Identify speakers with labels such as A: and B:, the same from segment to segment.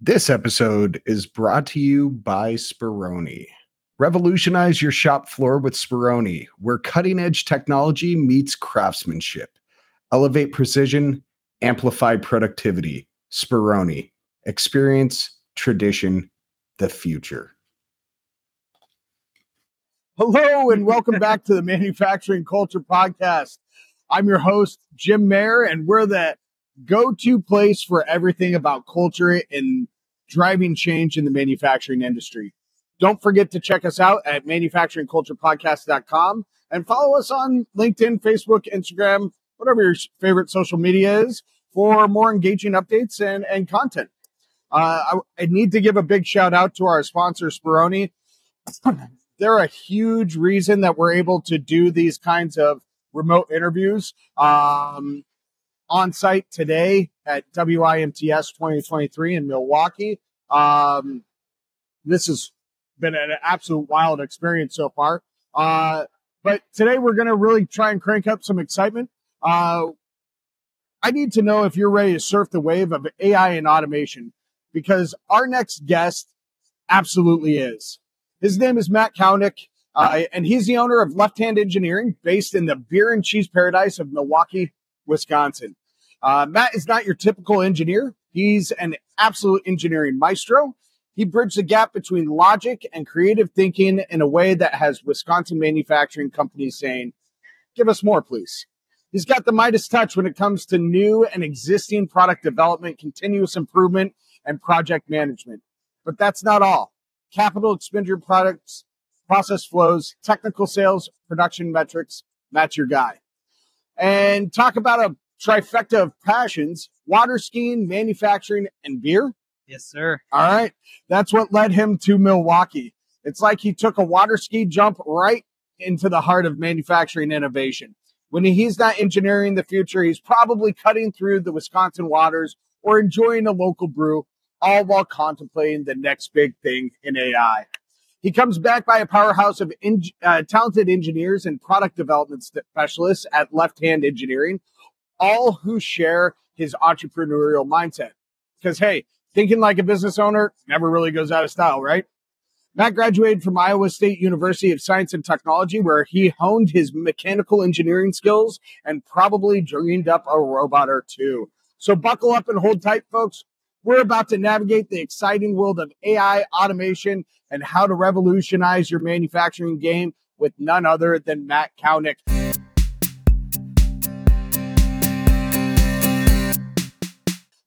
A: This episode is brought to you by Spironi. Revolutionize your shop floor with Spironi, where cutting edge technology meets craftsmanship. Elevate precision, amplify productivity. Spironi, experience, tradition, the future.
B: Hello and welcome back to the Manufacturing Culture Podcast. I'm your host, Jim Mayer, and we're the go to place for everything about culture and driving change in the manufacturing industry. Don't forget to check us out at manufacturingculturepodcast.com and follow us on LinkedIn, Facebook, Instagram, whatever your favorite social media is for more engaging updates and, and content. Uh, I, I need to give a big shout out to our sponsor, Spironi they're a huge reason that we're able to do these kinds of remote interviews um, on site today at WIMTS 2023 in Milwaukee. Um, this has been an absolute wild experience so far. Uh, but today we're going to really try and crank up some excitement. Uh, I need to know if you're ready to surf the wave of AI and automation because our next guest absolutely is. His name is Matt Kalnick, uh, and he's the owner of Left Hand Engineering, based in the beer and cheese paradise of Milwaukee, Wisconsin. Uh, Matt is not your typical engineer. He's an absolute engineering maestro. He bridged the gap between logic and creative thinking in a way that has Wisconsin manufacturing companies saying, give us more, please. He's got the Midas touch when it comes to new and existing product development, continuous improvement, and project management. But that's not all capital expenditure products, process flows, technical sales, production metrics. That's your guy. And talk about a trifecta of passions water skiing, manufacturing, and beer.
C: Yes, sir.
B: All right. That's what led him to Milwaukee. It's like he took a water ski jump right into the heart of manufacturing innovation. When he's not engineering the future, he's probably cutting through the Wisconsin waters or enjoying a local brew, all while contemplating the next big thing in AI. He comes back by a powerhouse of en- uh, talented engineers and product development specialists at Left Hand Engineering, all who share his entrepreneurial mindset. Because, hey, thinking like a business owner never really goes out of style, right? Matt graduated from Iowa State University of Science and Technology, where he honed his mechanical engineering skills and probably dreamed up a robot or two. So, buckle up and hold tight, folks. We're about to navigate the exciting world of AI, automation, and how to revolutionize your manufacturing game with none other than Matt Kalnick.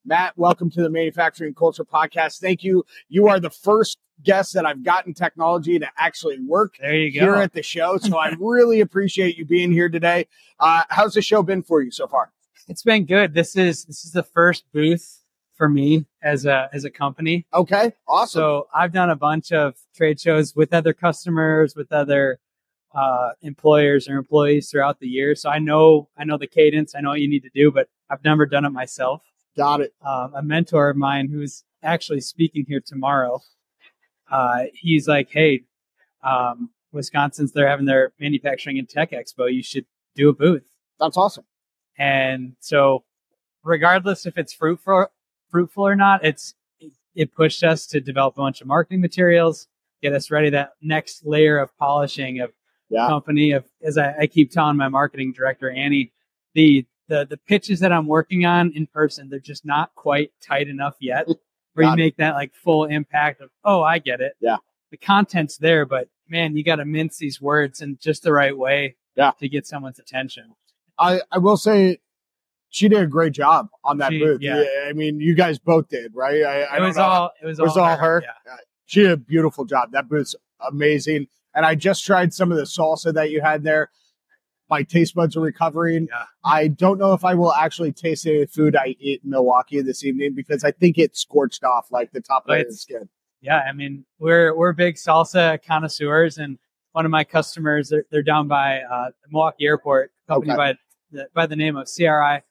B: Matt, welcome to the Manufacturing Culture Podcast. Thank you. You are the first guest that I've gotten technology to actually work
C: There you
B: here
C: go.
B: at the show. So I really appreciate you being here today. Uh, how's the show been for you so far?
C: it's been good. This is this is the first booth for me as a as a company.
B: Okay, awesome.
C: So I've done a bunch of trade shows with other customers, with other uh, employers or employees throughout the year. So I know I know the cadence. I know what you need to do, but I've never done it myself.
B: Got it.
C: um, a mentor of mine who's actually speaking here tomorrow. Uh, he's like, "Hey, um, Wisconsin's they're having their manufacturing and tech expo. You should do a booth."
B: That's awesome.
C: And so, regardless if it's fruitful fruitful or not, it's it pushed us to develop a bunch of marketing materials, get us ready that next layer of polishing of
B: Yeah.
C: company. Of as I, I keep telling my marketing director Annie, the the the pitches that I'm working on in person, they're just not quite tight enough yet. Where
B: Got
C: you
B: it.
C: make that like full impact of oh I get it.
B: Yeah.
C: The content's there, but man, you got to mince these words in just the right way
B: Yeah.
C: to get someone's attention.
B: I, I will say she did a great job on that
C: She-
B: booth.
C: yeah.
B: I mean, you guys both did, right? I, I
C: it
B: don't
C: was
B: know.
C: all it was,
B: It was all her?
C: Yeah.
B: she did a beautiful job. That booth's amazing. And I just tried some of the salsa that you had there. My taste buds are recovering.
C: Yeah.
B: I don't know if I will actually taste any of the food I eat in Milwaukee this evening because I think it scorched off like the top layer of the
C: It's-
B: skin.
C: Yeah, I mean, we're we're big salsa connoisseurs, and one of my customers, they're, they're down by uh, Milwaukee Airport, a company
B: Okay.
C: by the, by the name of CRI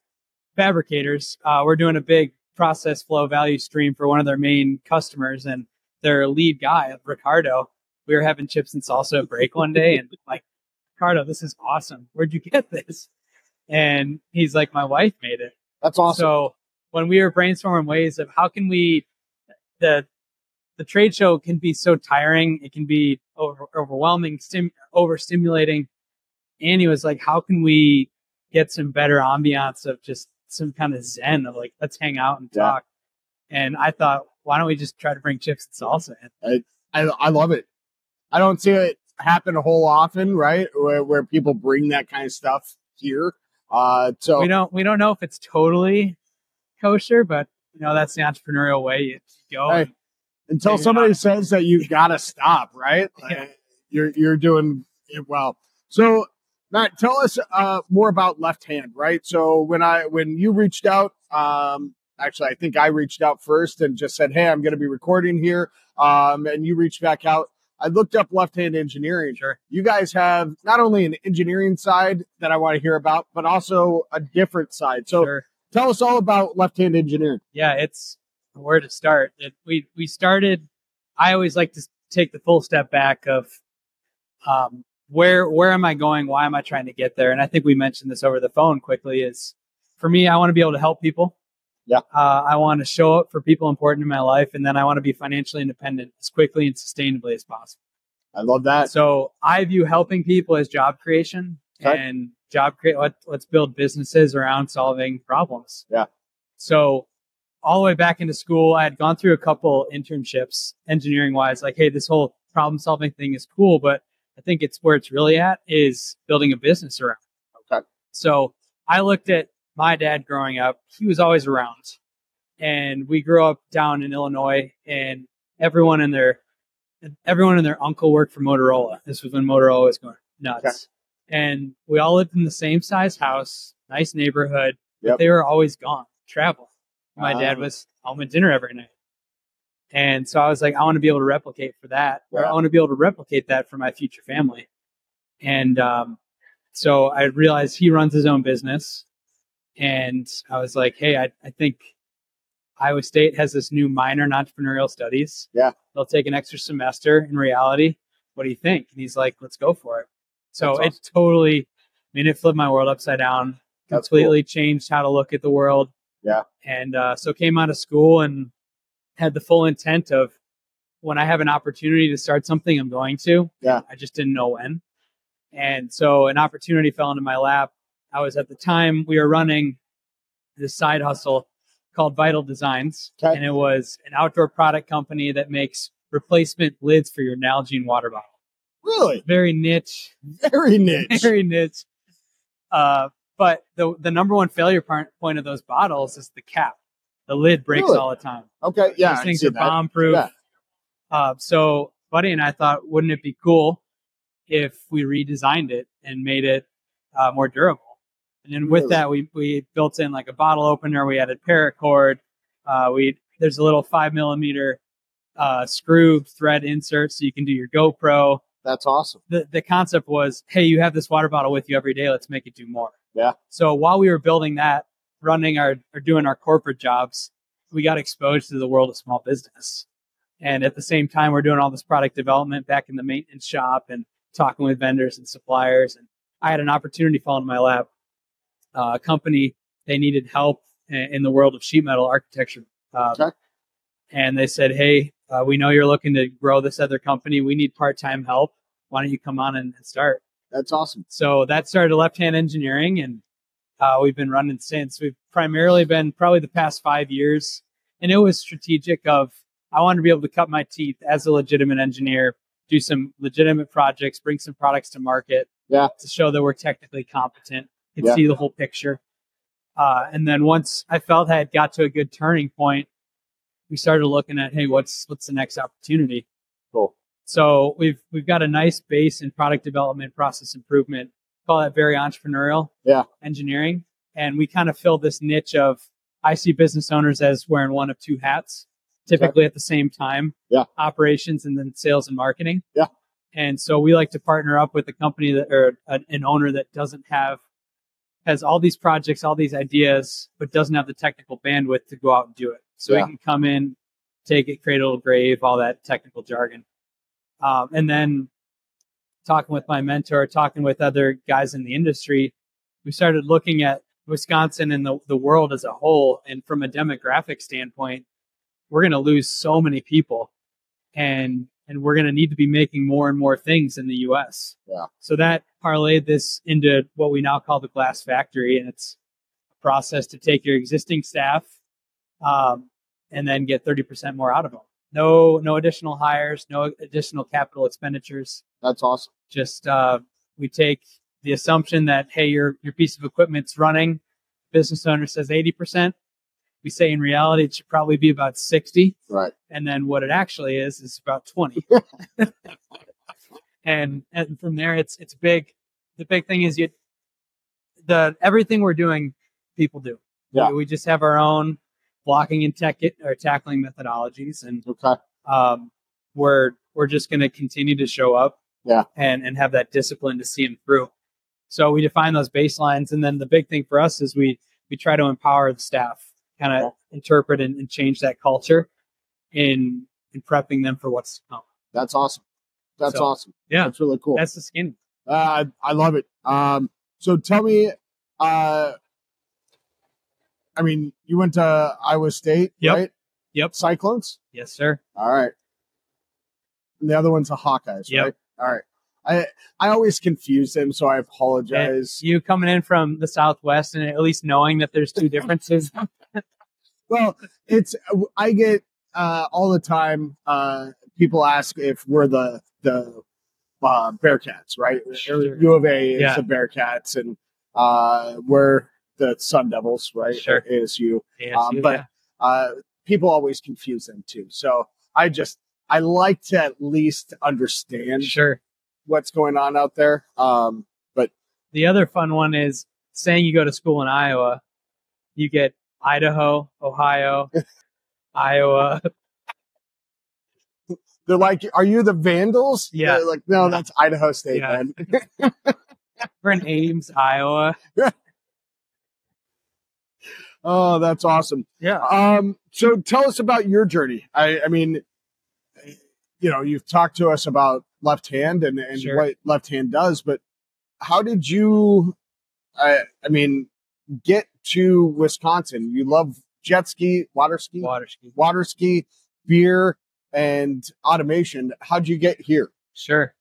C: Fabricators. Uh, we're doing a big process flow value stream for one of their main customers, and their lead guy, Ricardo. We were having chips and salsa at break one day, and like, Ricardo, this is awesome. Where'd you get this? And he's like, my wife made it.
B: That's awesome.
C: So when we were brainstorming ways of how can we the the trade show can be so tiring. It can be over, overwhelming, stim, overstimulating. Annie was like, "How can we get some better ambiance of just some kind of zen of like let's hang out and
B: Yeah.
C: talk?" And I thought, why don't we just try to bring chips and salsa in?
B: I, I love it. I don't see it happen a whole often, right? Where, where people bring that kind of stuff here. Uh, so
C: We don't we don't know if it's totally kosher, but you know that's the entrepreneurial way you go.
B: Hey.
C: and
B: until
C: Figure it
B: somebody
C: out.
B: says that you've got to stop, right?
C: Yeah.
B: Like, You're you're doing it well. So Matt, tell us uh, more about Left Hand, right? So when I when you reached out, um, actually I think I reached out first and just said, "Hey, I'm going to be recording here," um, and you reached back out. I looked up Left Hand Engineering.
C: Sure.
B: You guys have not only an engineering side that I want to hear about, but also a different side. So
C: Sure.
B: tell us all about Left Hand Engineering.
C: yeah, it's where to start. It, we we started. I always like to s- take the full step back of um, where where am I going? Why am I trying to get there? And I think we mentioned this over the phone quickly. Is for me, I want to be able to help people.
B: Yeah.
C: uh, I want to show up for people important in my life, and then I want to be financially independent as quickly and sustainably as possible.
B: I love that.
C: So I view helping people as job creation
B: Okay.
C: and job create. Let, let's build businesses around solving problems.
B: Yeah.
C: So all the way back into school, I had gone through a couple internships, engineering wise. Like, hey, this whole problem solving thing is cool, but I think it's where it's really at is building a business around. it.
B: Okay.
C: So I looked at my dad growing up. He was always around, and we grew up down in Illinois, and everyone in their everyone and their uncle worked for Motorola. This was when Motorola was going nuts. And we all lived in the same size house, nice neighborhood.
B: Yep.
C: But they were always gone, traveling. My dad
B: Ah.
C: was home at dinner every night. And so I was like, I want to be able to replicate for that. Or
B: Yeah.
C: I want to be able to replicate that for my future family. And um, so I realized he runs his own business. And I was like, hey, I, I think Iowa State has this new minor in entrepreneurial studies.
B: Yeah.
C: They'll take an extra semester in reality. What do you think? And he's like, let's go for it. So
B: That's
C: it totally, I mean, it flipped my world upside down,
B: That's cool.
C: completely changed how to look at the world.
B: Yeah.
C: And uh, so came out of school and had the full intent of when I have an opportunity to start something, I'm going to.
B: Yeah.
C: I just didn't know when. And so an opportunity fell into my lap. I was at the time we were running this side hustle called Vital Designs,
B: Okay.
C: and it was an outdoor product company that makes replacement lids for your Nalgene water bottle.
B: Really,
C: Very niche,
B: very niche.
C: very niche. Uh, but the the number one failure part, point of those bottles is the cap. The lid breaks
B: Really?
C: all the time.
B: Okay, yeah,
C: These
B: I
C: things
B: see
C: are
B: that.
C: bomb proof.
B: Yeah.
C: Uh, so Buddy and I thought, wouldn't it be cool if we redesigned it and made it uh, more durable? And then with
B: Really?
C: that, we, we built in like a bottle opener. We added paracord. Uh, we there's a little five millimeter uh, screw thread insert, so you can do your GoPro.
B: That's awesome.
C: The the concept was, hey, you have this water bottle with you every day. Let's make it do more.
B: Yeah.
C: So while we were building that, running our or doing our corporate jobs, we got exposed to the world of small business. And at the same time, we're doing all this product development back in the maintenance shop and talking with vendors and suppliers. And I had an opportunity fall into my lap. Uh, a company they needed help i- in the world of sheet metal architecture, um,
B: Okay.
C: and they said, "Hey, uh, we know you're looking to grow this other company. We need part-time help. Why don't you come on and and start?"
B: That's awesome.
C: So that started Left Hand Engineering, and uh, we've been running since. We've primarily been probably the past five years, and it was strategic. Of I wanted to be able to cut my teeth as a legitimate engineer, do some legitimate projects, bring some products to market,
B: Yeah.
C: to show that we're technically competent, can
B: Yeah.
C: see the whole picture. Uh, and then once I felt I had got to a good turning point, we started looking at hey, what's what's the next opportunity?
B: Cool.
C: So we've we've got a nice base in product development, process improvement. Call that very entrepreneurial.
B: Yeah.
C: Engineering, and we kind of fill this niche of I see business owners as wearing one of two hats, typically at the same time.
B: Yeah.
C: Operations and then sales and marketing.
B: Yeah.
C: And so we like to partner up with a company that or an an owner that doesn't have has all these projects, all these ideas, but doesn't have the technical bandwidth to go out and do it. So
B: Yeah.
C: we can come in, take it cradle to grave, all that technical jargon um, and then talking with my mentor, talking with other guys in the industry, we started looking at Wisconsin and the, the world as a whole. And from a demographic standpoint, we're going to lose so many people and and we're going to need to be making more and more things in the US.
B: Yeah.
C: So that parlayed this into what we now call the glass factory and it's a process to take your existing staff um, and then get 30% more out of them. No no additional hires, no additional capital expenditures.
B: That's awesome.
C: Just uh, we take the assumption that hey your your piece of equipment's running business owner says 80% we say in reality it should probably be about 60
B: Right.
C: and then what it actually is is about 20 and and from there it's it's big the big thing is you the everything we're doing people do
B: Yeah.
C: we, we just have our own blocking and tech or tackling methodologies and
B: Okay.
C: um, we're we're just going to continue to show up
B: Yeah.
C: and and have that discipline to see them through so we define those baselines and then the big thing for us is we we try to empower the staff kind of
B: Yeah.
C: interpret and, and change that culture in in prepping them for what's to come
B: That's awesome. That's
C: So,
B: awesome.
C: yeah.
B: That's really cool.
C: that's the skin
B: Uh, I love it. Um, so tell me, uh, I mean, you went to Iowa State,
C: Yep.
B: right?
C: Yep.
B: Cyclones.
C: yes sir
B: All right. And the other one's the Hawkeyes,
C: Yep.
B: right? All right. I I always confuse them, so I apologize.
C: you coming in from the southwest and at least knowing that there's two differences
B: Um, Well, it's I get uh, all the time. Uh, people ask if we're the the uh, Bearcats, right?
C: Sure.
B: U of A is
C: Yeah.
B: the Bearcats, and uh, we're the Sun Devils, right?
C: Sure.
B: ASU.
C: Yes,
B: Um,
C: you-
B: but Uh, people always confuse them too. So I just I like to at least
C: yeah.
B: understand
C: sure
B: what's going on out there. Um,
C: The other fun one is saying you go to school in Iowa, you get Idaho, Ohio, Iowa.
B: they're like, "Are you the Vandals?"
C: Yeah.
B: They're like, no, that's Idaho State,
C: Yeah.
B: man.
C: We're in Ames, Iowa.
B: Oh, that's awesome.
C: Yeah.
B: Um, so tell us about your journey. I, I mean, you know, you've talked to us about left hand and, and
C: Sure.
B: what left hand does, but how did you, I, I mean, get to Wisconsin? You love jet ski, water ski, water,
C: Water ski.
B: ski, beer, and automation. How'd you get here?
C: Sure.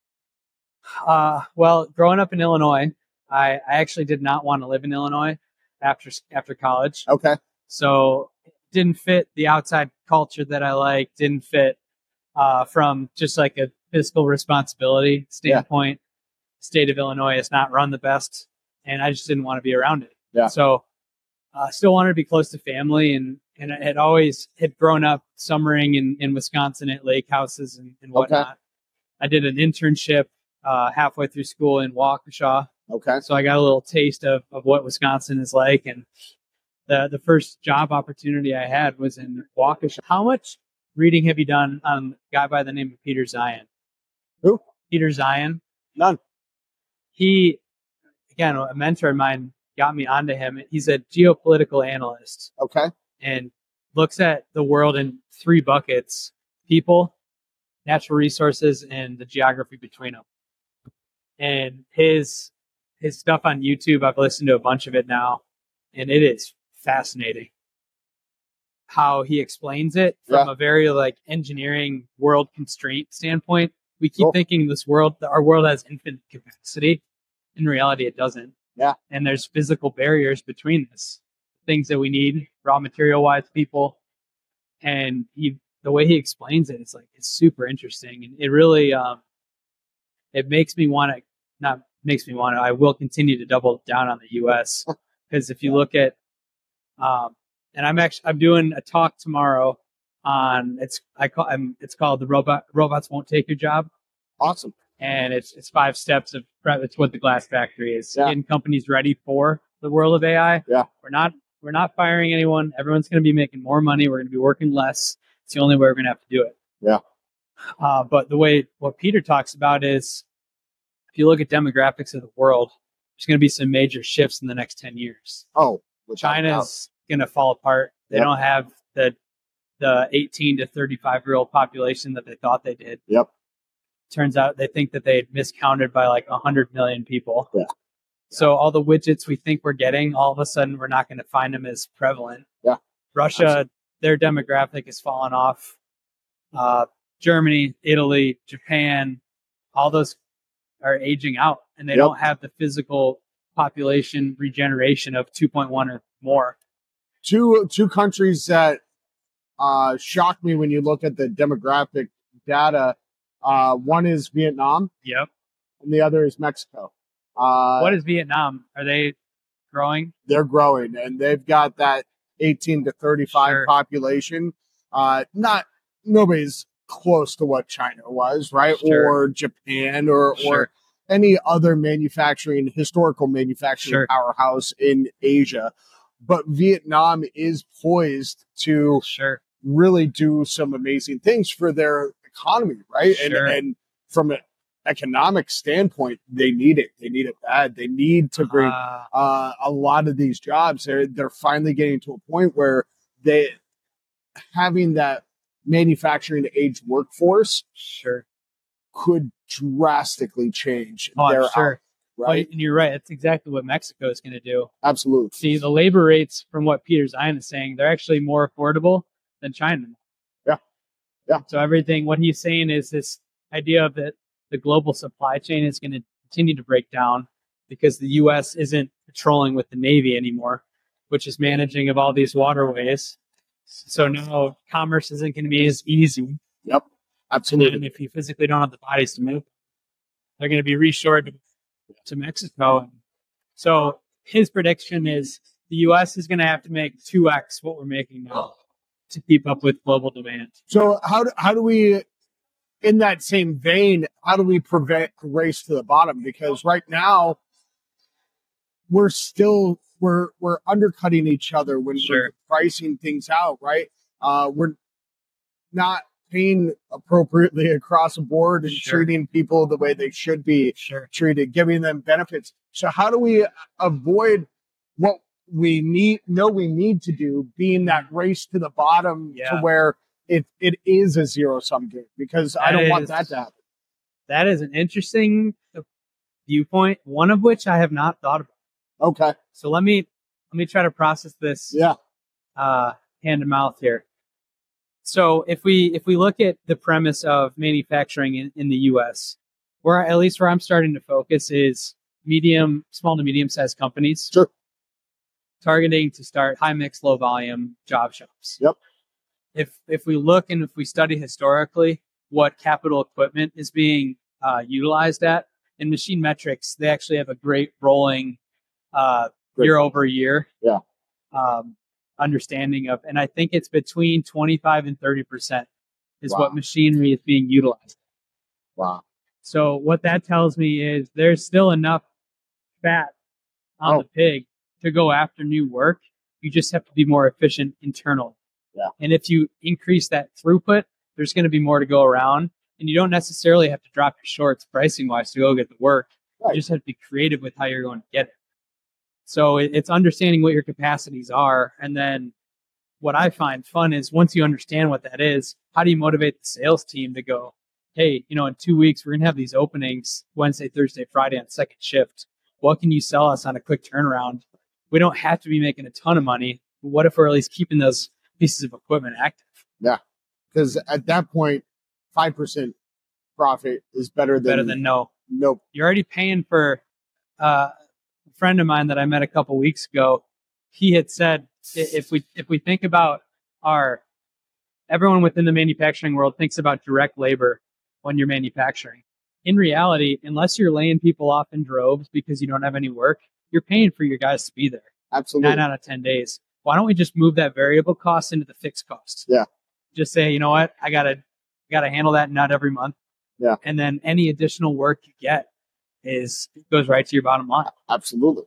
C: Uh, well, growing up in Illinois, I, I actually did not want to live in Illinois after s- after college.
B: Okay.
C: So didn't fit the outside culture that I like. Didn't fit uh, from just like a fiscal responsibility standpoint. State of Illinois is not run the best, and I just didn't want to be around it.
B: Yeah.
C: So uh, still wanted to be close to family, and and I had always had grown up summering in in Wisconsin at lake houses and, and
B: Okay.
C: whatnot. I did an internship uh, halfway through school in Waukesha,
B: Okay.
C: so I got a little taste of, of what Wisconsin is like. And the, the first job opportunity I had was in Waukesha. How much reading have you done on a guy by the name of Peter Zion?
B: Who?
C: Peter Zion.
B: None.
C: He, again, a mentor of mine got me onto him. He's a geopolitical analyst
B: Okay.
C: and looks at the world in three buckets people, natural resources, and the geography between them. And his his stuff on YouTube, I've listened to a bunch of it now, and it is fascinating how he explains it from a very like engineering world constraint standpoint. We keep
B: Cool.
C: thinking this world, our world has infinite capacity. In reality, it doesn't.
B: Yeah.
C: And there's physical barriers between this things that we need raw material wise people and he the way he explains it it's like it's super interesting and it really um it makes me want to not makes me want to i will continue to double down on the us because if you look at um and i'm actually i'm doing a talk tomorrow on it's i call I'm, it's called the robot robots won't take your job
B: Awesome.
C: and it's it's five steps of prep. It's what the glass factory is.
B: Yeah.
C: Getting companies ready for the world of AI.
B: Yeah.
C: We're not we're not firing anyone. Everyone's going to be making more money. We're going to be working less. It's the only way we're going to have to do it.
B: Yeah.
C: Uh, but the way what Peter talks about is, if you look at demographics of the world, there's going to be some major shifts in the next ten years.
B: Oh, which I love.
C: China's going to fall apart. They
B: Yep.
C: don't have the the 18 to 35 year old population that they thought they did.
B: Yep.
C: Turns out they think that they had miscounted by like 100 million people.
B: Yeah.
C: So all the widgets we think we're getting, all of a sudden we're not going to find them as prevalent.
B: Yeah.
C: Russia their demographic has fallen off. Uh, Germany, Italy, Japan, all those are aging out, and they
B: Yep.
C: don't have the physical population regeneration of 2.1 or more.
B: two two countries that uh, shock me when you look at the demographic data. Uh, one is Vietnam,
C: Yep.
B: and the other is Mexico. Uh,
C: what is Vietnam? Are they growing?
B: they're growing, and they've got that 18 to 35
C: Sure.
B: population. Uh, not nobody's close to what China was, right?
C: Sure.
B: Or Japan, or or
C: Sure.
B: any other manufacturing historical manufacturing
C: Sure.
B: powerhouse in Asia. But Vietnam is poised to
C: Sure.
B: really do some amazing things for their economy, right?
C: Sure.
B: And and from an economic standpoint, they need it. They need it bad. They need to bring uh,
C: Uh,
B: a lot of these jobs. They're they're finally getting to a point where they having that manufacturing age workforce
C: sure.
B: could drastically change
C: Oh,
B: their
C: I'm sure.
B: out,
C: Well,
B: right?
C: and you're right. That's exactly what Mexico is going to do.
B: Absolutely.
C: See, the labor rates, from what Peter Zion is saying, they're actually more affordable than China.
B: Yeah. Yeah.
C: So everything, what he's saying is this idea of that the global supply chain is going to continue to break down because the U.S. isn't patrolling with the Navy anymore, which is managing of all these waterways. So now commerce isn't going to be as easy.
B: Absolutely.
C: And if you physically don't have the bodies to move, they're going to be reshored to Mexico. So his prediction is the U.S. is going to have to make 2x what we're making now to keep up with global demand.
B: So how do, how do we, in that same vein, how do we prevent a race to the bottom? Because right now, we're still we're we're undercutting each other when we're
C: Sure.
B: pricing things out. Right, uh, we're not paying appropriately across the board and
C: Sure.
B: treating people the way they should be
C: Sure.
B: treated, giving them benefits. So how do we avoid what we need know we need to do being that race to the bottom to
C: Mm-hmm. Yeah.
B: where it it is a zero sum game because I
C: That
B: don't want
C: is-
B: that to happen.
C: That is an interesting viewpoint, one of which I have not thought about.
B: Okay.
C: So let me let me try to process this
B: Yeah.
C: uh, hand to mouth here. So if we if we look at the premise of manufacturing in, in the U.S., where at least where I'm starting to focus is medium, small to medium sized companies,
B: Sure.
C: targeting to start high mix, low volume job shops.
B: Yep.
C: If if we look and if we study historically what capital equipment is being uh, utilized at in machine metrics, they actually have a great rolling uh,
B: Great.
C: year over year.
B: Yeah.
C: Um, understanding of, and I think it's between 25 and 30 percent is
B: Wow.
C: what machinery is being utilized.
B: Wow.
C: So what that tells me is there's still enough fat on
B: Oh.
C: the pig to go after new work. You just have to be more efficient internally.
B: Yeah.
C: And if you increase that throughput, there's going to be more to go around, and you don't necessarily have to drop your shorts pricing wise to go get the work.
B: Right.
C: You just have to be creative with how you're going to get it. So it- it's understanding what your capacities are, and then what I find fun is once you understand what that is, how do you motivate the sales team to go, hey, you know, in two weeks, we're going to have these openings Wednesday, Thursday, Friday on second shift. What can you sell us on a quick turnaround? We don't have to be making a ton of money. But what if we're at least keeping those pieces of equipment active?
B: Because at that point, five percent profit is better than
C: Better than no.
B: no.
C: You're already paying for uh, a friend of mine that I met a couple weeks ago. He had said i- if we if we think about our everyone within the manufacturing world thinks about direct labor when you're manufacturing. In reality, unless you're laying people off in droves because you don't have any work, you're paying for your guys to be there.
B: Absolutely.
C: nine out of ten days. Why don't we just move that variable cost into the fixed cost?
B: Yeah.
C: Just say, you know what, I gotta gotta handle that nut every month.
B: Yeah.
C: And then any additional work you get is goes right to your bottom line.
B: Absolutely.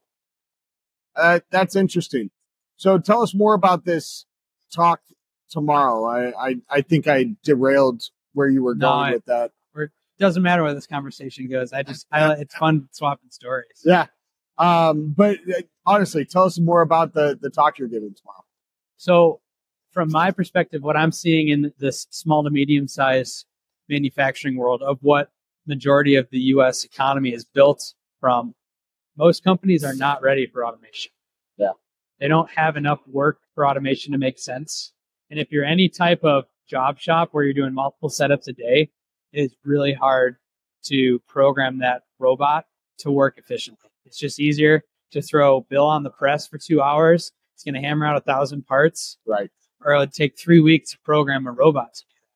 B: Uh, that's interesting. So tell us more about this talk tomorrow. I, I, I think I derailed where you were
C: No,
B: going
C: I-
B: with that.
C: Doesn't matter where this conversation goes. I just I, it's fun swapping stories.
B: Yeah. Um, but uh, honestly, tell us more about the, the talk you're giving tomorrow.
C: So, from my perspective, what I'm seeing in this small to medium sized manufacturing world of what majority of the U.S. economy is built from, most companies are not ready for automation.
B: Yeah.
C: they don't have enough work for automation to make sense. And if you're any type of job shop where you're doing multiple setups a day, it's really hard to program that robot to work efficiently. It's just easier to throw Bill on the press for two hours. It's going to hammer out a thousand parts,
B: Right.
C: or it would take three weeks to program a robot. to do that.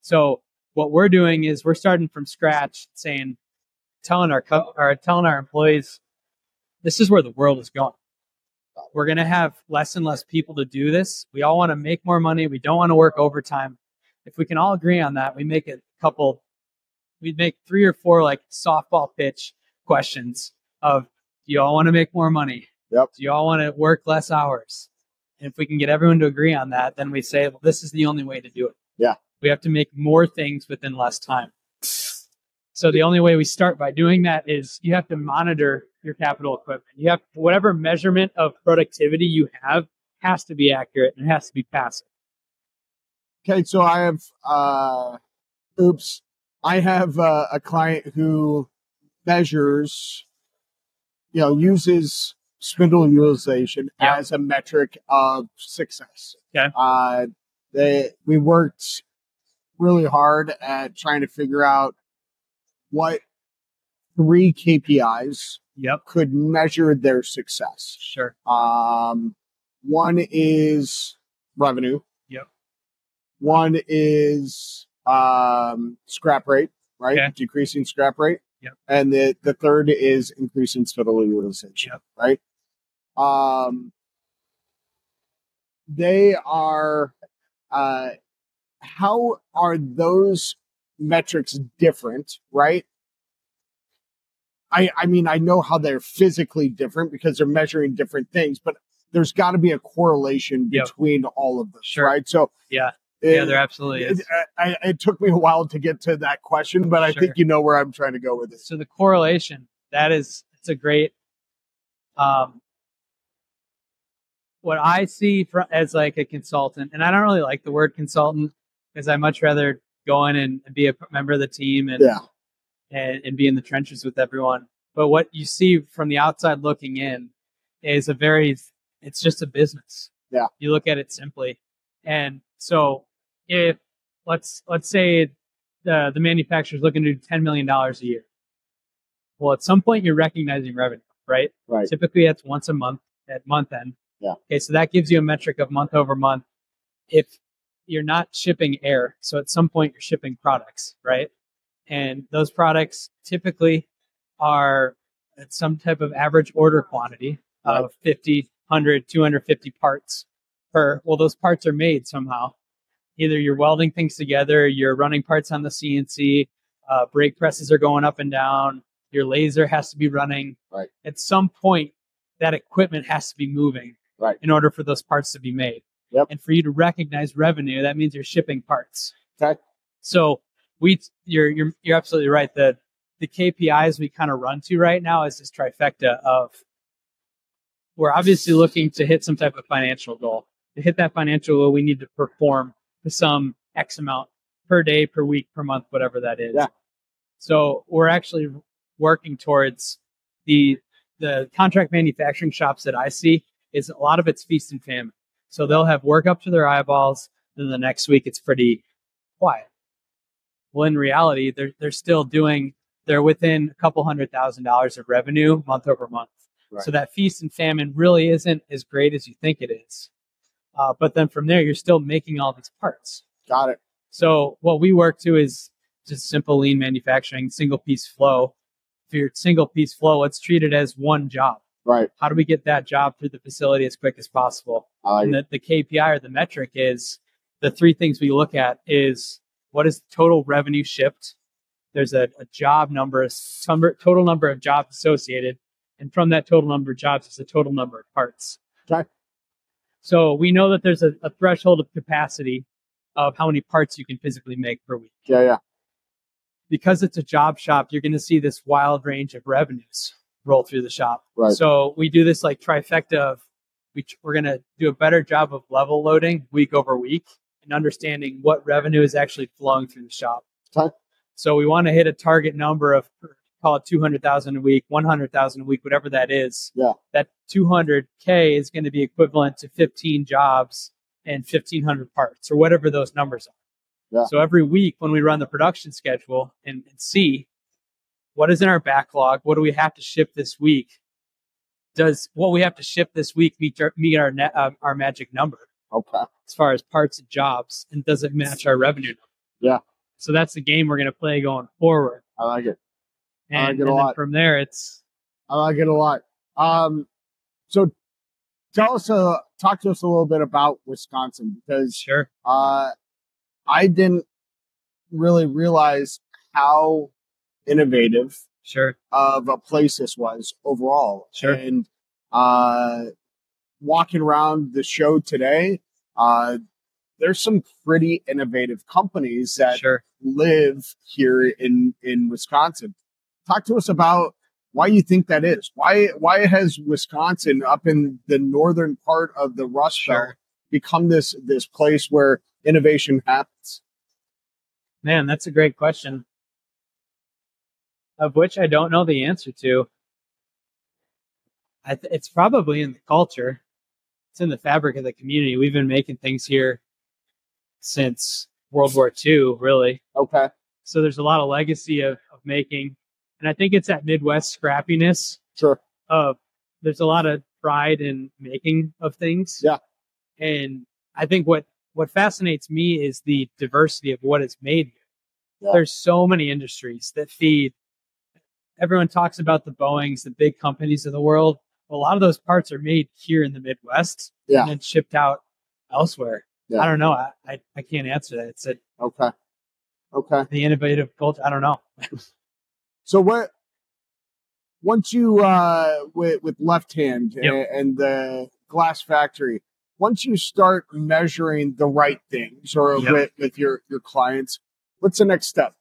C: So what we're doing is we're starting from scratch, saying, telling our co- or telling our employees, this is where the world is going. We're going to have less and less people to do this. We all want to make more money. We don't want to work overtime. If we can all agree on that, we make a couple, we make three or four like softball pitch questions of, do you all want to make more money?
B: Yep.
C: Do you all want to work less hours? And if we can get everyone to agree on that, then we say, well, this is the only way to do it.
B: Yeah.
C: We have to make more things within less time. So the only way we start by doing that is you have to monitor your capital equipment. You have whatever measurement of productivity you have has to be accurate and it has to be passive.
B: Okay, so I have, uh, oops, I have uh, a client who measures, you know, uses spindle utilization
C: Yeah.
B: as a metric of success.
C: Okay.
B: Uh, they we worked really hard at trying to figure out what three KPIs
C: Yep.
B: could measure their success.
C: Sure.
B: Um, one is revenue.
C: Yep.
B: One is um, scrap rate, right?
C: Okay.
B: Decreasing scrap rate.
C: Yep.
B: And the, the third is increasing spindle utilization,
C: Yep.
B: right? Um, they are, uh, how are those metrics different, right? I, I mean, I know how they're physically different because they're measuring different things, but there's got to be a correlation
C: Yep.
B: between all of them,
C: Sure.
B: right? So,
C: Yeah.
B: uh,
C: Yeah, there absolutely is.
B: it, I, I- it took me a while to get to that question, but I
C: Sure.
B: think you know where I'm trying to go with this.
C: So the correlation that is it's a great um what I see fr- as like a consultant, and I don't really like the word consultant because I much rather go in and be a member of the team and
B: Yeah.
C: and, and be in the trenches with everyone. But what you see from the outside looking in is a very, it's just a business.
B: Yeah.
C: You look at it simply. And so if let's, let's say the, the manufacturer's looking to do $10 million a year. Well, at some point you're recognizing revenue, right?
B: Right.
C: Typically that's once a month at month end.
B: Yeah.
C: Okay. So that gives you a metric of month over month. If you're not shipping air, so at some point you're shipping products, right? and those products typically are at some type of average order quantity of 50 100 250 parts per well those parts are made somehow either you're welding things together you're running parts on the cnc uh, brake presses are going up and down your laser has to be running
B: Right.
C: at some point that equipment has to be moving
B: Right.
C: in order for those parts to be made
B: Yep.
C: and for you to recognize revenue that means you're shipping parts
B: Okay.
C: so we, you're you're you're absolutely right. The the KPIs we kind of run to right now is this trifecta of we're obviously looking to hit some type of financial goal. To hit that financial goal, we need to perform to some X amount per day, per week, per month, whatever that is.
B: Yeah.
C: So we're actually working towards the the contract manufacturing shops that I see is a lot of it's feast and famine. So they'll have work up to their eyeballs, then the next week it's pretty quiet. Well, in reality, they're they're still doing they're within a couple hundred thousand dollars of revenue month over month.
B: Right.
C: So that feast and famine really isn't as great as you think it is. Uh, but then from there, you're still making all these parts.
B: Got it.
C: So what we work to is just simple lean manufacturing, single piece flow. For your single piece flow, let's treat it as one job.
B: Right.
C: How do we get that job through the facility as quick as possible?
B: I like
C: and
B: it.
C: the, the KPI or the metric is the three things we look at is what is total revenue shipped. There's a, a job number, a s- number, total number of jobs associated, and from that total number of jobs is the total number of parts.
B: Okay.
C: So we know that there's a, a threshold of capacity of how many parts you can physically make per week.
B: Yeah, yeah.
C: Because it's a job shop, you're going to see this wild range of revenues roll through the shop.
B: Right.
C: So we do this like trifecta of we, tr- we're going to do a better job of level loading week over week and understanding what revenue is actually flowing through the shop.
B: Okay.
C: So we want to hit a target number of call it 200,000 a week, 100,000 a week, whatever that is.
B: Yeah.
C: That 200K is going to be equivalent to 15 jobs and 1500 parts or whatever those numbers are.
B: Yeah.
C: So every week when we run the production schedule and, and see what is in our backlog, what do we have to ship this week? Does what we have to ship this week meet our, meet our, net, uh, our magic number?
B: Okay.
C: as far as parts and jobs and does it match our revenue number.
B: Yeah.
C: So that's the game we're going to play going forward.
B: I like it. I
C: And,
B: like it a
C: and then
B: lot.
C: from there, it's
B: I like it a lot. Um, so tell us, uh, talk to us a little bit about Wisconsin because
C: sure.
B: uh, I didn't really realize how innovative
C: Sure.
B: of a place this was overall.
C: Sure.
B: And uh, walking around the show today, uh, there's some pretty innovative companies that
C: Sure.
B: live here in in Wisconsin. Talk to us about why you think that is. Why why has Wisconsin up in the northern part of the Rust
C: Sure.
B: Belt become this this place where innovation happens?
C: Man, that's a great question. Of which I don't know the answer to. I th- it's probably in the culture. It's in the fabric of the community. We've been making things here since World War II, really.
B: Okay.
C: So there's a lot of legacy of, of making. And I think it's that Midwest scrappiness
B: Sure.
C: of there's a lot of pride in making of things.
B: Yeah.
C: And I think what what fascinates me is the diversity of what is made here.
B: Yeah.
C: There's so many industries that feed everyone talks about the Boeings, the big companies of the world. A lot of those parts are made here in the Midwest
B: Yeah.
C: and then shipped out elsewhere.
B: Yeah.
C: I don't know. I, I, I can't answer that. It's a,
B: Okay. Okay.
C: the innovative culture. I don't know.
B: So what once you uh with with left hand
C: Yep.
B: a- and the glass factory, once you start measuring the right things or
C: Yep.
B: with, with your your clients, what's the next step?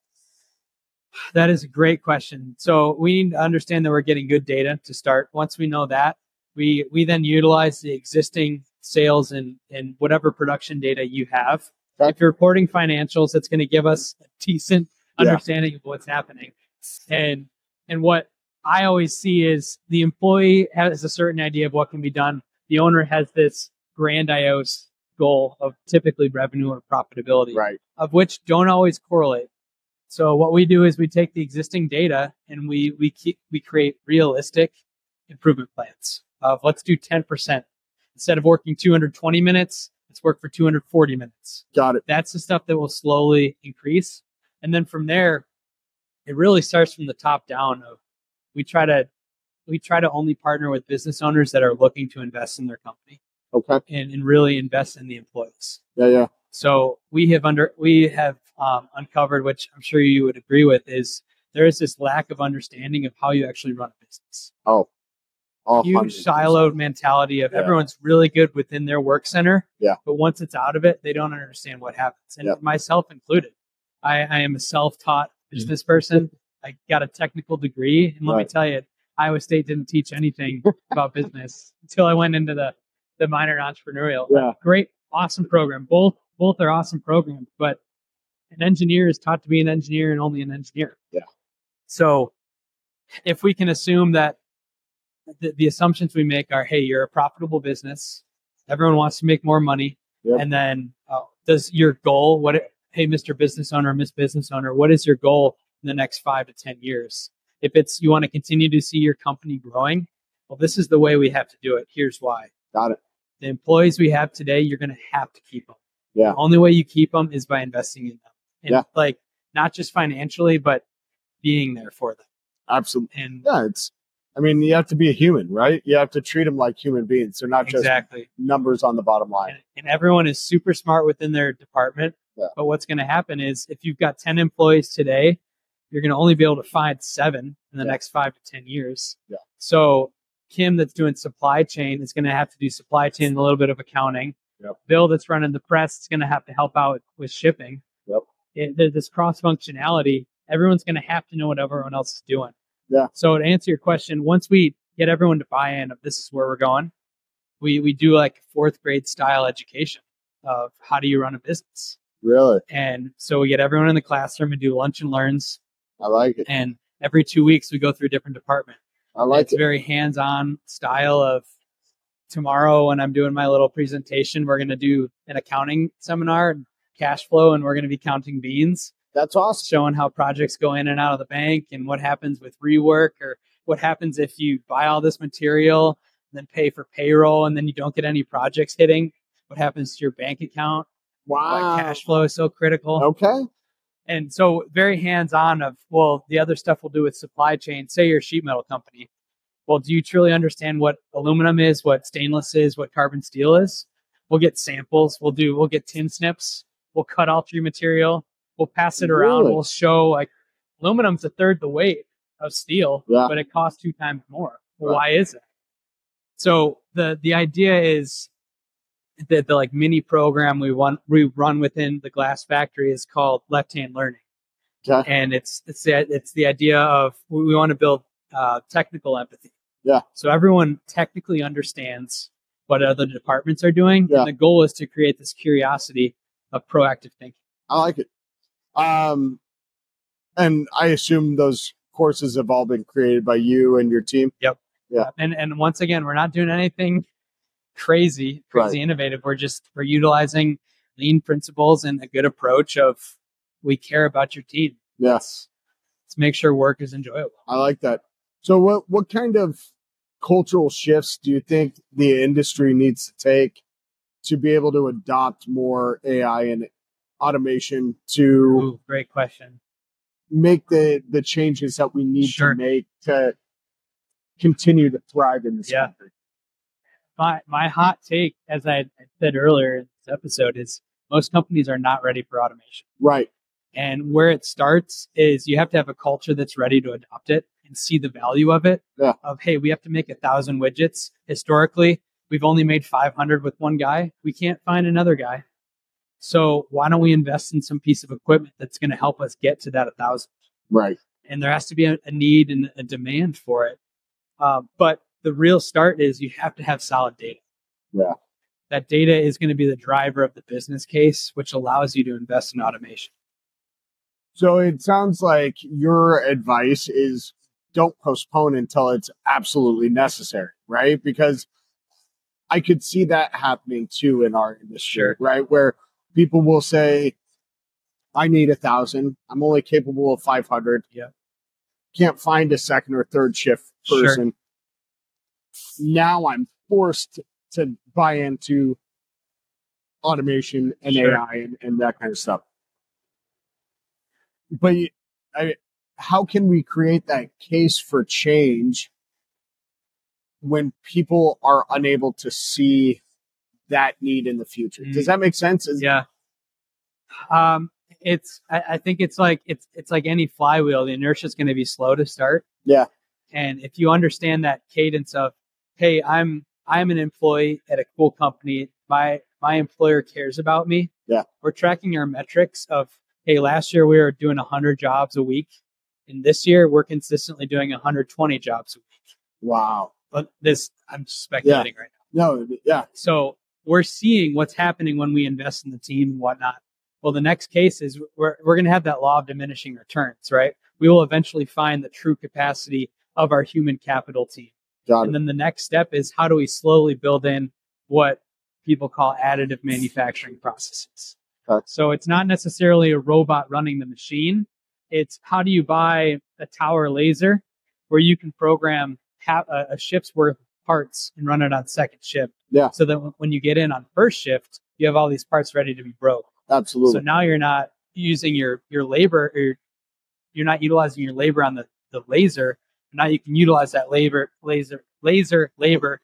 C: That is a great question. So we need to understand that we're getting good data to start. Once we know that, we we then utilize the existing sales and and whatever production data you have.
B: Okay.
C: If you're reporting financials, it's going to give us a decent
B: Yeah.
C: understanding of what's happening. And and what I always see is the employee has a certain idea of what can be done. The owner has this grandiose goal of typically revenue or profitability
B: Right.
C: of which don't always correlate. So what we do is we take the existing data and we we keep, we create realistic improvement plans of let's do 10%. Instead of working 220 minutes, let's work for 240 minutes.
B: Got it.
C: That's the stuff that will slowly increase. And then from there, it really starts from the top down of we try to we try to only partner with business owners that are looking to invest in their company
B: Okay.
C: and, and really invest in the employees.
B: Yeah, yeah.
C: So we have under we have um, uncovered, which I'm sure you would agree with, is there is this lack of understanding of how you actually run a business.
B: All
C: Huge siloed mentality of
B: Yeah.
C: everyone's really good within their work center,
B: Yeah.
C: But once it's out of it, they don't understand what happens, and
B: Yeah.
C: myself included. I, I am a self-taught business person. I got a technical degree, and let me
B: Right.
C: tell you, Iowa State didn't teach anything about business until I went into the the minor in entrepreneurial
B: Yeah.
C: great, awesome program. Both both are awesome programs, but an engineer is taught to be an engineer and only an engineer.
B: Yeah.
C: So if we can assume that the, the assumptions we make are, hey, you're a profitable business, everyone wants to make more money,
B: Yep.
C: and then uh, does your goal what? it- Hey, Mr. Business Owner, Miss Business Owner, what is your goal in the next five to ten years? If it's you want to continue to see your company growing, well, this is the way we have to do it. Here's why
B: Got it.
C: the employees we have today, you're going to have to keep them.
B: Yeah.
C: The only way you keep them is by investing in them. And
B: Yeah.
C: Like not just financially, but being there for them.
B: Absolutely.
C: And
B: Yeah, it's I mean, you have to be a human, right? You have to treat them like human beings. They're not just
C: exactly.
B: numbers on the bottom line.
C: And, and everyone is super smart within their department.
B: Yeah.
C: But what's going to happen is if you've got 10 employees today, you're going to only be able to find seven in the
B: Yeah.
C: next five to 10 years.
B: Yeah.
C: So Kim that's doing supply chain is going to have to do supply chain and a little bit of accounting.
B: Yep.
C: Bill that's running the press is going to have to help out with shipping.
B: Yep.
C: It- there's this cross functionality. Everyone's going to have to know what everyone else is doing.
B: Yeah.
C: So to answer your question, once we get everyone to buy in of this is where we're going, we we do like fourth grade style education of how do you run a business
B: Really?
C: and so we get everyone in the classroom and do lunch and learns
B: I like it.
C: and every two weeks we go through a different department
B: I like
C: it's
B: it.
C: very hands-on style of tomorrow when I'm doing my little presentation, we're going to do an accounting seminar, cash flow, and we're going to be counting beans,
B: That's awesome.
C: showing how projects go in and out of the bank and what happens with rework or what happens if you buy all this material and then pay for payroll and then you don't get any projects hitting. What happens to your bank account?
B: Wow.
C: Why cash flow is so critical
B: Okay.
C: and so very hands on of well the other stuff we'll do with supply chain say you're a sheet metal company well do you truly understand what aluminum is what stainless is what carbon steel is we'll get samples we'll do we'll get tin snips we'll cut all through material we'll pass it around
B: Really?
C: we'll show like aluminum's a third the weight of steel
B: Yeah.
C: but it costs two times more
B: Right.
C: why is it so the the idea is that the like mini program we run we run within the glass factory is called left hand learning
B: Okay.
C: and it's it's the, it's the idea of we we want to build uh, technical empathy.
B: Yeah.
C: So everyone technically understands what other departments are doing.
B: Yeah.
C: And the goal is to create this curiosity of proactive thinking.
B: I like it. Um, and I assume those courses have all been created by you and your team. Yeah.
C: And and once again, we're not doing anything crazy, crazy innovative. We're just we're utilizing lean principles and a good approach of we care about your team.
B: Yes.
C: Let's make sure work is enjoyable.
B: I like that. So what what kind of cultural shifts do you think the industry needs to take to be able to adopt more AI and automation to
C: Ooh, great question.
B: make the the changes that we need to
C: Sure.
B: make to continue to thrive in this
C: Yeah.
B: country?
C: my my hot take, as I I said earlier in this episode, is most companies are not ready for automation.
B: Right.
C: And where it starts is you have to have a culture that's ready to adopt it and see the value of it.
B: Yeah.
C: Of hey, we have to make a thousand widgets. Historically, we've only made 500 with one guy. We can't find another guy. So why don't we invest in some piece of equipment that's going to help us get to that a thousand?
B: Right.
C: and there has to be a, a need and a demand for it. Uh, but the real start is you have to have solid data.
B: Yeah.
C: That data is going to be the driver of the business case, which allows you to invest in automation.
B: So it sounds like your advice is don't postpone until it's absolutely necessary, right? Because I could see that happening too in our industry,
C: Sure.
B: right? Where people will say, I need a thousand. I'm only capable of 500.
C: Yeah.
B: Can't find a second or third shift
C: Sure.
B: person. Now I'm forced to buy into automation and
C: Sure.
B: AI and, and that kind of stuff. But you- I, how can we create that case for change when people are unable to see that need in the future? Does that make sense? Is-
C: Mm-hmm. Yeah. Um, it's I, I think it's like it's it's like any flywheel. The inertia is going to be slow to start.
B: Yeah.
C: And if you understand that cadence of, hey, I'm I'm an employee at a cool company. My my employer cares about me.
B: Yeah.
C: We're tracking our metrics of, hey, last year we were doing 100 jobs a week, and this year we're consistently doing 120 jobs a week.
B: Wow.
C: But this I'm speculating right now.
B: No, yeah.
C: So we're seeing what's happening when we invest in the team and whatnot. Well, the next case is we're, we're going to have that law of diminishing returns, right? We will eventually find the true capacity of our human capital team.
B: Got
C: And
B: it.
C: then the next step is how do we slowly build in what people call additive manufacturing processes.
B: Okay.
C: So it's not necessarily a robot running the machine. It's how do you buy a tower laser where you can program ha- a, a shift's worth of parts and run it on second shift.
B: Yeah.
C: So that when- when you get in on first shift, you have all these parts ready to be broke.
B: Absolutely.
C: So now you're not using your your labor, or you're not utilizing your labor on the the laser. Now you can utilize that labor, laser, laser labor.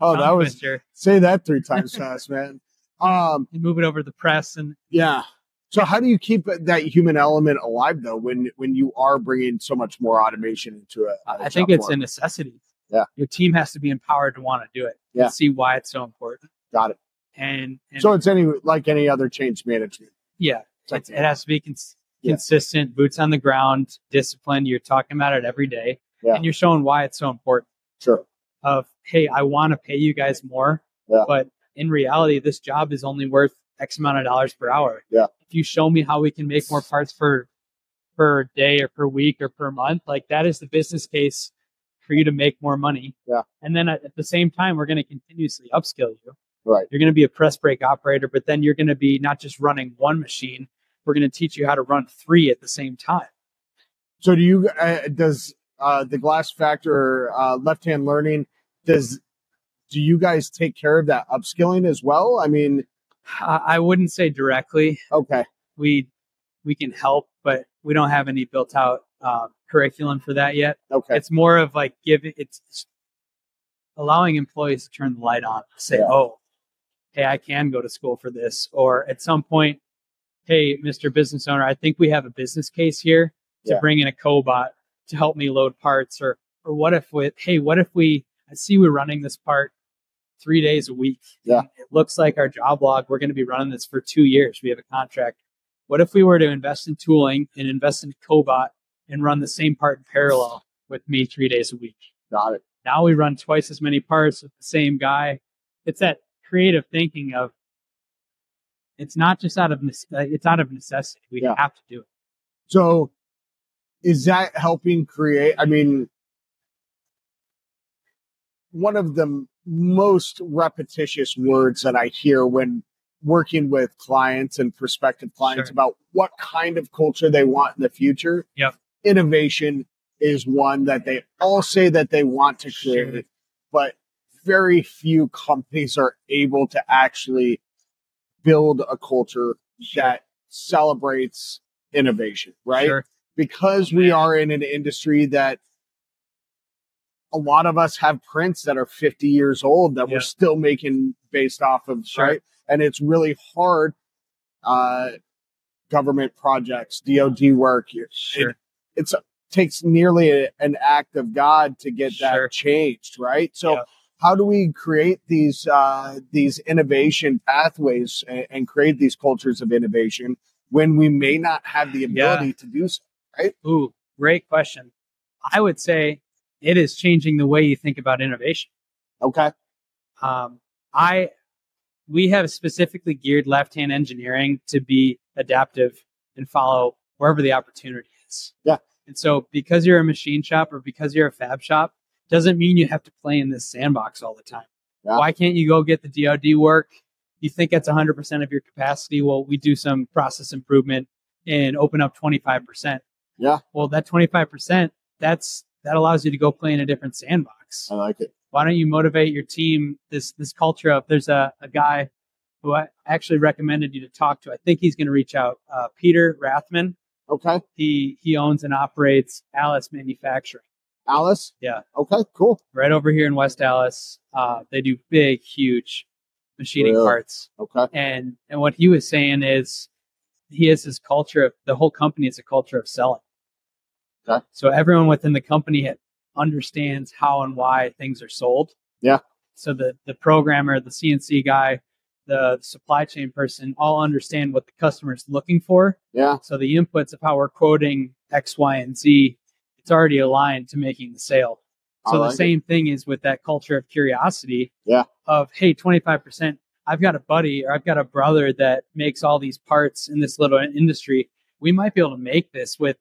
B: oh, that
C: tongue
B: was
C: twister
B: say that three times fast, man. Um,
C: and move it over to the press and
B: yeah. So how do you keep that human element alive though when when you are bringing so much more automation into it?
C: I think it's a necessity.
B: Yeah.
C: your team has to be empowered to want to do it.
B: Yeah.
C: and see why it's so important.
B: got it.
C: And, and
B: So it's any like any other change management.
C: yeah, it's, it has to be cons-
B: Yeah.
C: consistent, boots on the ground, discipline. You're talking about it every day,
B: Yeah.
C: and you're showing why it's so important.
B: Sure.
C: of hey i want to pay you guys more
B: Yeah.
C: but in reality this job is only worth x amount of dollars per hour
B: Yeah.
C: if you show me how we can make more parts per per day or per week or per month like that is the business case for you to make more money.
B: Yeah.
C: And then at, at the same time, we're going to continuously upskill you.
B: Right.
C: You're going to be a press break operator, but then you're going to be not just running one machine. We're going to teach you how to run three at the same time.
B: So do you? Uh, does uh, the Glass Factor uh, left hand learning? Does do you guys take care of that upskilling as well? I mean,
C: I, I wouldn't say directly.
B: okay,
C: We we can help, but we don't have any built out uh, curriculum for that yet.
B: okay,
C: It's more of like giving it's allowing employees to turn the light on, say,
B: Yeah.
C: "Oh, hey, I can go to school for this," or at some point, "Hey, Mr. Business Owner, I think we have a business case here to
B: Yeah.
C: bring in a cobot to help me load parts," or or what if with, "Hey, what if we? I see we're running this part three days a week.
B: Yeah.
C: it looks like our job log. We're going to be running this for two years. We have a contract." What if we were to invest in tooling and invest in Cobot and run the same part in parallel with me three days a week.
B: got it.
C: Now we run twice as many parts with the same guy. It's that creative thinking of it's not just out of nece- uh, it's out of necessity. We
B: Yeah.
C: have to do it.
B: So is that helping create? I mean, one of the most repetitious words that I hear when working with clients and prospective clients
C: Sure.
B: about what kind of culture they want in the future.
C: Yep.
B: Innovation is one that they all say that they want to
C: Sure.
B: create, but very few companies are able to actually build a culture that celebrates innovation, right?
C: Sure.
B: because we are in an industry that a lot of us have prints that are 50 years old that
C: Yeah.
B: we're still making based off of
C: Sure.
B: right and it's really hard uh government projects dod work it
C: Sure.
B: takes nearly a, an act of god to get
C: Sure.
B: that changed right so
C: Yeah.
B: how do we create these uh these innovation pathways and, and create these cultures of innovation when we may not have the
C: Yeah.
B: ability to do so
C: Ooh, great question. I would say it is changing the way you think about innovation.
B: okay
C: Um, I we have specifically geared left hand engineering to be adaptive and follow wherever the opportunity is.
B: Yeah.
C: And so because you're a machine shop or because you're a fab shop doesn't mean you have to play in this sandbox all the time.
B: Yeah.
C: Why can't you go get the DoD work? You think that's 100% of your capacity? Well, we do some process improvement and open up 25%.
B: Yeah.
C: Well, that 25%, that's that allows you to go play in a different sandbox
B: I like it.
C: why don't you motivate your team this this culture of there's a, a guy who i actually recommended you to talk to i think he's going to reach out uh, peter rathman
B: Okay.
C: he he owns and operates alice manufacturing
B: Alice?
C: Yeah.
B: Okay, cool.
C: right over here in west alice uh, they do big huge machining
B: Really?
C: parts
B: Okay.
C: and and what he was saying is he has this culture of the whole company is a culture of selling
B: Okay.
C: so everyone within the company ha- understands how and why things are sold
B: Yeah.
C: so the the programmer the cnc guy the supply chain person all understand what the customer is looking for
B: Yeah.
C: so the inputs of how we're quoting x y and z it's already aligned to making the sale so
B: I
C: the
B: like it.
C: same thing is with that culture of curiosity
B: Yeah.
C: of hey 25% I've got a buddy or I've got a brother that makes all these parts in this little industry. We might be able to make this with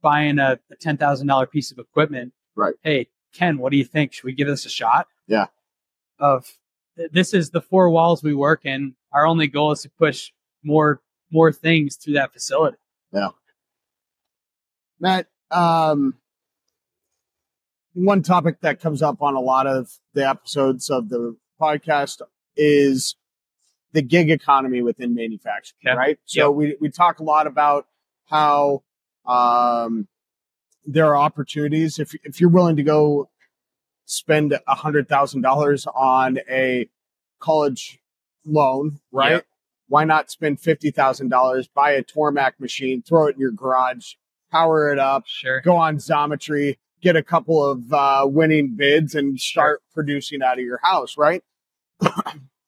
C: buying a, a ten thousand dollar piece of equipment.
B: Right.
C: Hey, Ken, what do you think? Should we give this a shot?
B: Yeah.
C: Of th- this is the four walls we work in. Our only goal is to push more more things through that facility.
B: Matt, um, one topic that comes up on a lot of the episodes of the podcast is the gig economy within manufacturing,
C: Yeah.
B: right? So we, we talk a lot about how um, there are opportunities. If, if you're willing to go spend $100,000 on a college loan, right?
C: Yeah.
B: Why not spend $50,000, buy a Tormac machine, throw it in your garage, power it up,
C: Sure.
B: go on Zometry, get a couple of uh, winning bids, and start producing out of your house, right?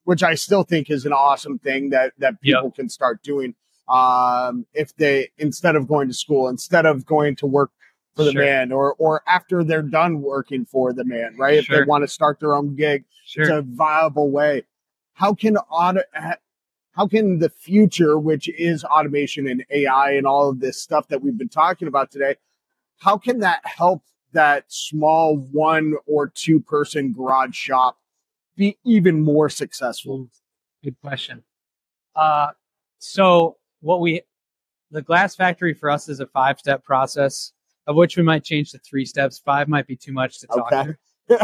B: Which I still think is an awesome thing that that
C: Yeah.
B: people can start doing um, if they instead of going to school, instead of going to work for the
C: Sure.
B: man, or or after they're done working for the man, right? If they
C: Sure.
B: want to start their own gig,
C: Sure.
B: it's a viable way. How can auto, how can the future, which is automation and AI and all of this stuff that we've been talking about today, how can that help that small one or two person garage shop be even more successful?
C: Good question. Uh, so what we, the glass factory for us is a five step process of which we might change to three steps. Five might be too much to talk
B: Okay.
C: through.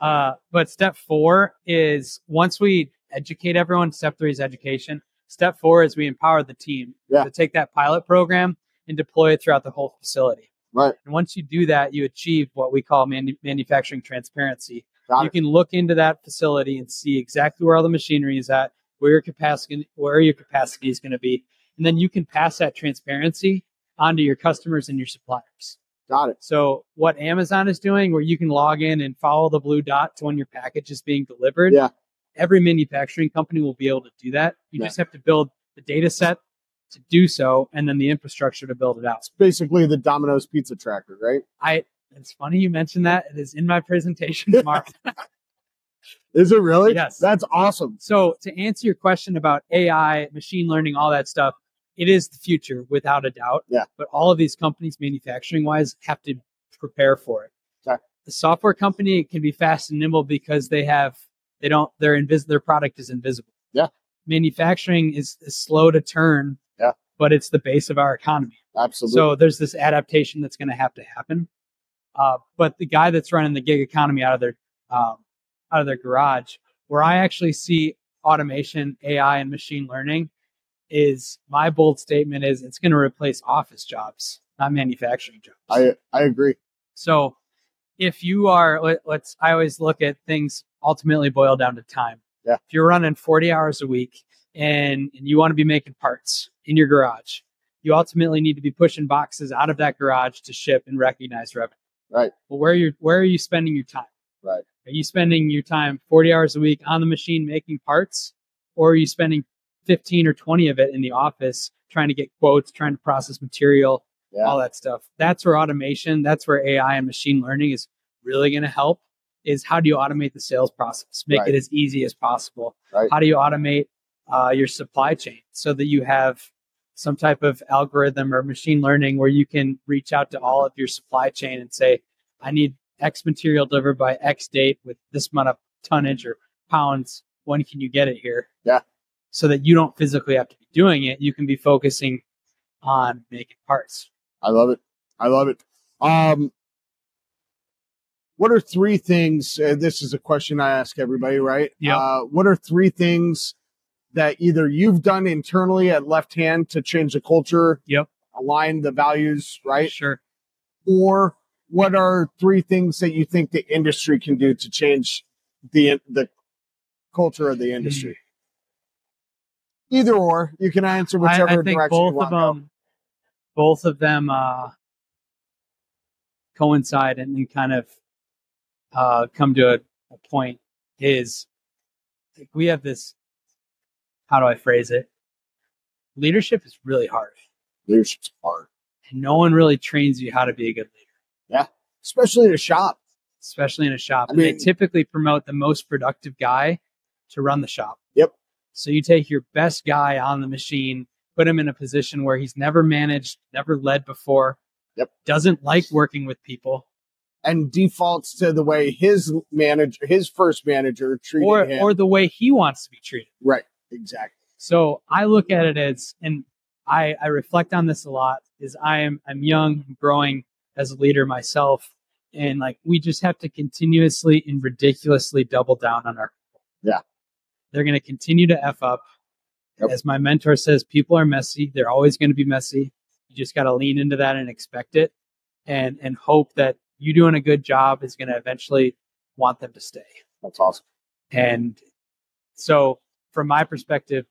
C: uh, but step four is once we educate everyone, step three is education. Step four is we empower the team
B: Yeah.
C: to take that pilot program and deploy it throughout the whole facility.
B: Right.
C: And once you do that, you achieve what we call manu- manufacturing transparency.
B: Got
C: you
B: it.
C: can look into that facility and see exactly where all the machinery is at, where your capacity, where your capacity is going to be, and then you can pass that transparency onto your customers and your suppliers.
B: Got it.
C: So what Amazon is doing, where you can log in and follow the blue dot to when your package is being delivered,
B: Yeah.
C: every manufacturing company will be able to do that. You
B: Yeah.
C: just have to build the data set to do so, and then the infrastructure to build it out.
B: It's basically the Domino's pizza tracker, right?
C: I. It's funny you mentioned that. It is in my presentation tomorrow.
B: Is it really?
C: Yes.
B: That's awesome.
C: So to answer your question about AI, machine learning, all that stuff, it is the future without a doubt.
B: Yeah.
C: But all of these companies, manufacturing wise, have to prepare for it.
B: Sure.
C: The software company can be fast and nimble because they have they don't their invis their product is invisible.
B: Yeah.
C: Manufacturing is, is slow to turn.
B: Yeah.
C: But it's the base of our economy.
B: Absolutely.
C: So there's this adaptation that's going to have to happen. Uh, but the guy that's running the gig economy out of their um, out of their garage, where I actually see automation, AI, and machine learning, is my bold statement is it's going to replace office jobs, not manufacturing jobs.
B: I I agree.
C: so if you are, let, let's, I always look at things ultimately boil down to time.
B: Yeah.
C: If you're running 40 hours a week and, and you want to be making parts in your garage, you ultimately need to be pushing boxes out of that garage to ship and recognize revenue.
B: Right.
C: But where you're, where are you spending your time?
B: Right.
C: Are you spending your time 40 hours a week on the machine making parts, or are you spending 15 or 20 of it in the office trying to get quotes, trying to process material,
B: Yeah.
C: all that stuff. That's where automation, that's where AI and machine learning is really going to help. Is how do you automate the sales process? Make
B: Right.
C: it as easy as possible.
B: Right.
C: How do you automate uh, your supply chain so that you have some type of algorithm or machine learning where you can reach out to all of your supply chain and say, I need X material delivered by X date with this amount of tonnage or pounds. When can you get it here?
B: Yeah.
C: So that you don't physically have to be doing it. You can be focusing on making parts.
B: I love it. I love it. Um, what are three things? Uh, this is a question I ask everybody, right?
C: Yeah.
B: Uh, what are three things that either you've done internally at Left Hand to change the culture?
C: Yep.
B: Align the values, right?
C: Sure.
B: Or what are three things that you think the industry can do to change the the culture of
C: Hmm.
B: the industry? Either or, you can answer
C: I,
B: whichever
C: I think
B: direction you
C: both
B: want.
C: of them, both of them uh, coincide and, and kind of uh, come to a, a point. Is like, we have this? How do I phrase it? Leadership is really hard,
B: Leadership's hard,
C: and no one really trains you how to be a good leader,
B: especially in a shop.
C: especially in a shop.
B: I
C: And they
B: mean-
C: typically promote the most productive guy to run the shop.
B: Yep.
C: So you take your best guy on the machine, put him in a position where he's never managed, never led before.
B: Yep.
C: Doesn't like working with people,
B: and defaults to the way his manager, his first manager treated
C: or
B: him.
C: or the way he wants to be treated.
B: right, exactly.
C: So I look at it as, and I, I reflect on this a lot, is I am I'm young, I'm growing as a leader myself, and like we just have to continuously and ridiculously double down on our.
B: Yeah.
C: They're going to continue to f up.
B: Yep.
C: As my mentor says, people are messy. They're always going to be messy. You just got to lean into that and expect it, and and hope that you doing a good job is going to eventually want them to stay.
B: That's awesome.
C: And so, from my perspective,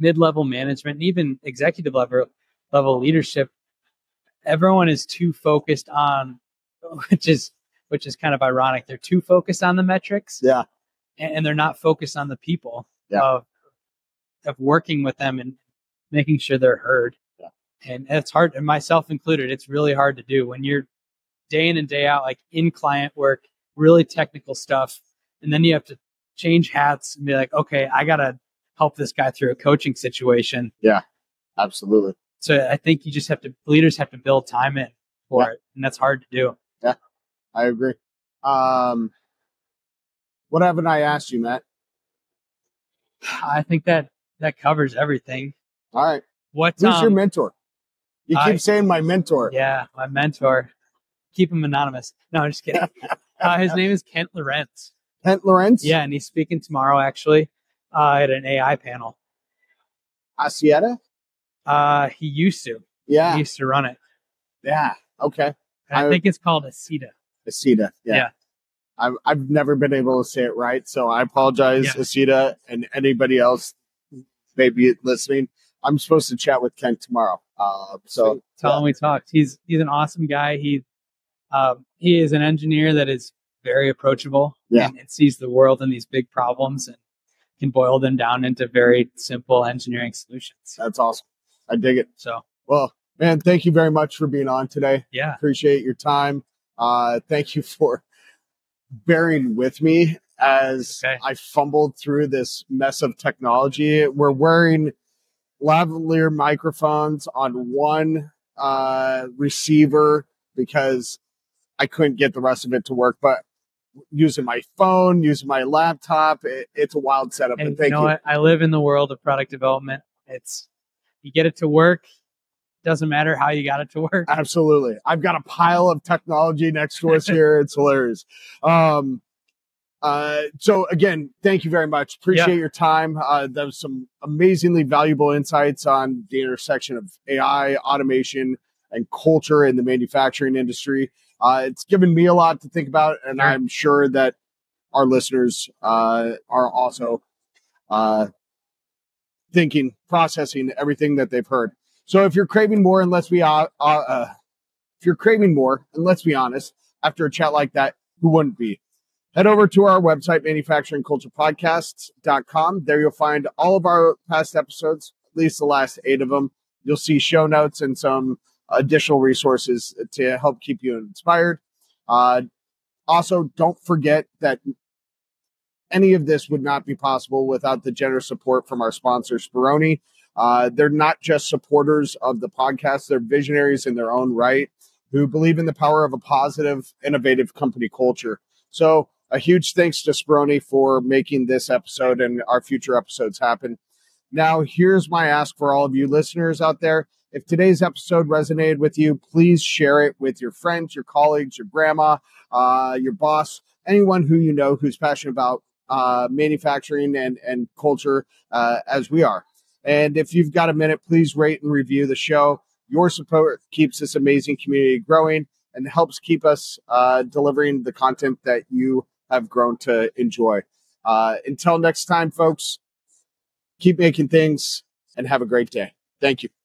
C: mid level management and even executive level, level leadership, everyone is too focused on, which is which is kind of ironic. They're too focused on the metrics,
B: Yeah.
C: and, and they're not focused on the people
B: Yeah.
C: of of working with them and making sure they're heard.
B: Yeah.
C: And it's hard, and myself included, it's really hard to do when you're day in and day out, like in client work, really technical stuff, and then you have to change hats and be like, okay, I gotta help this guy through a coaching situation.
B: Absolutely.
C: So I think you just have to leaders have to build time in for
B: Yeah.
C: it, and that's hard to do.
B: I agree. Um, what haven't I asked you, Matt?
C: I think that that covers everything.
B: All right.
C: What?
B: Who's
C: um,
B: your mentor? You keep
C: I-
B: saying my mentor.
C: Yeah, my mentor. Keep him anonymous. No, I'm just kidding. uh, his name is Kent Lorenz.
B: Kent Lorenz?
C: Yeah, and he's speaking tomorrow actually uh, at an AI panel.
B: Asieta?
C: Uh, he used to. He
B: Yeah.
C: used to run it.
B: Yeah. Okay.
C: And I,
B: I-
C: think it's called Aceta.
B: Asita. Yeah.
C: Yeah.
B: I've, I've never been able to say it right. So I apologize,
C: Yeah.
B: Asita, and anybody else maybe listening. I'm supposed to chat with Kent tomorrow. Uh, so
C: Tell him we talked. He's he's an awesome guy. He um, he is an engineer that is very approachable
B: Yeah.
C: and, and sees the world and these big problems and can boil them down into very simple engineering solutions.
B: that's awesome. I dig it.
C: So
B: Well, man, thank you very much for being on today.
C: yeah,
B: appreciate your time. Uh, thank you for bearing with me as
C: Okay.
B: I fumbled through this mess of technology. We're wearing lavalier microphones on one uh, receiver because I couldn't get the rest of it to work, but using my phone, using my laptop, it, it's a wild setup.
C: And
B: but thank
C: you
B: you.
C: know what? I live in the world of product development. It's you get it to work. Doesn't matter how you got it to work.
B: Absolutely. I've got a pile of technology next to us here. It's hilarious. Um, uh, so again, thank you very much. Appreciate your time. Uh, that was some amazingly valuable insights on the intersection of AI, automation, and culture in the manufacturing industry. Uh, it's given me a lot to think about, and
C: Sure.
B: I'm sure that our listeners uh, are also uh, thinking, processing everything that they've heard. So if you're craving more, and let's be uh, uh, uh, if you're craving more, and let's be honest, after a chat like that, who wouldn't be? Head over to our website, manufacturingculturepodcasts.com. There you'll find all of our past episodes, at least the last eight of them. You'll see show notes and some additional resources to help keep you inspired. Uh, also, don't forget that any of this would not be possible without the generous support from our sponsor, Spironi. Uh, they're not just supporters of the podcast, they're visionaries in their own right who believe in the power of a positive, innovative company culture. So, a huge thanks to Spironi for making this episode and our future episodes happen. Now, here's my ask for all of you listeners out there. If today's episode resonated with you, please share it with your friends, your colleagues, your grandma, uh, your boss, anyone who you know who's passionate about uh, manufacturing and, and culture uh, as we are. And if you've got a minute, please rate and review the show. Your support keeps this amazing community growing and helps keep us uh, delivering the content that you have grown to enjoy. Uh, until next time, folks, keep making things and have a great day. Thank you.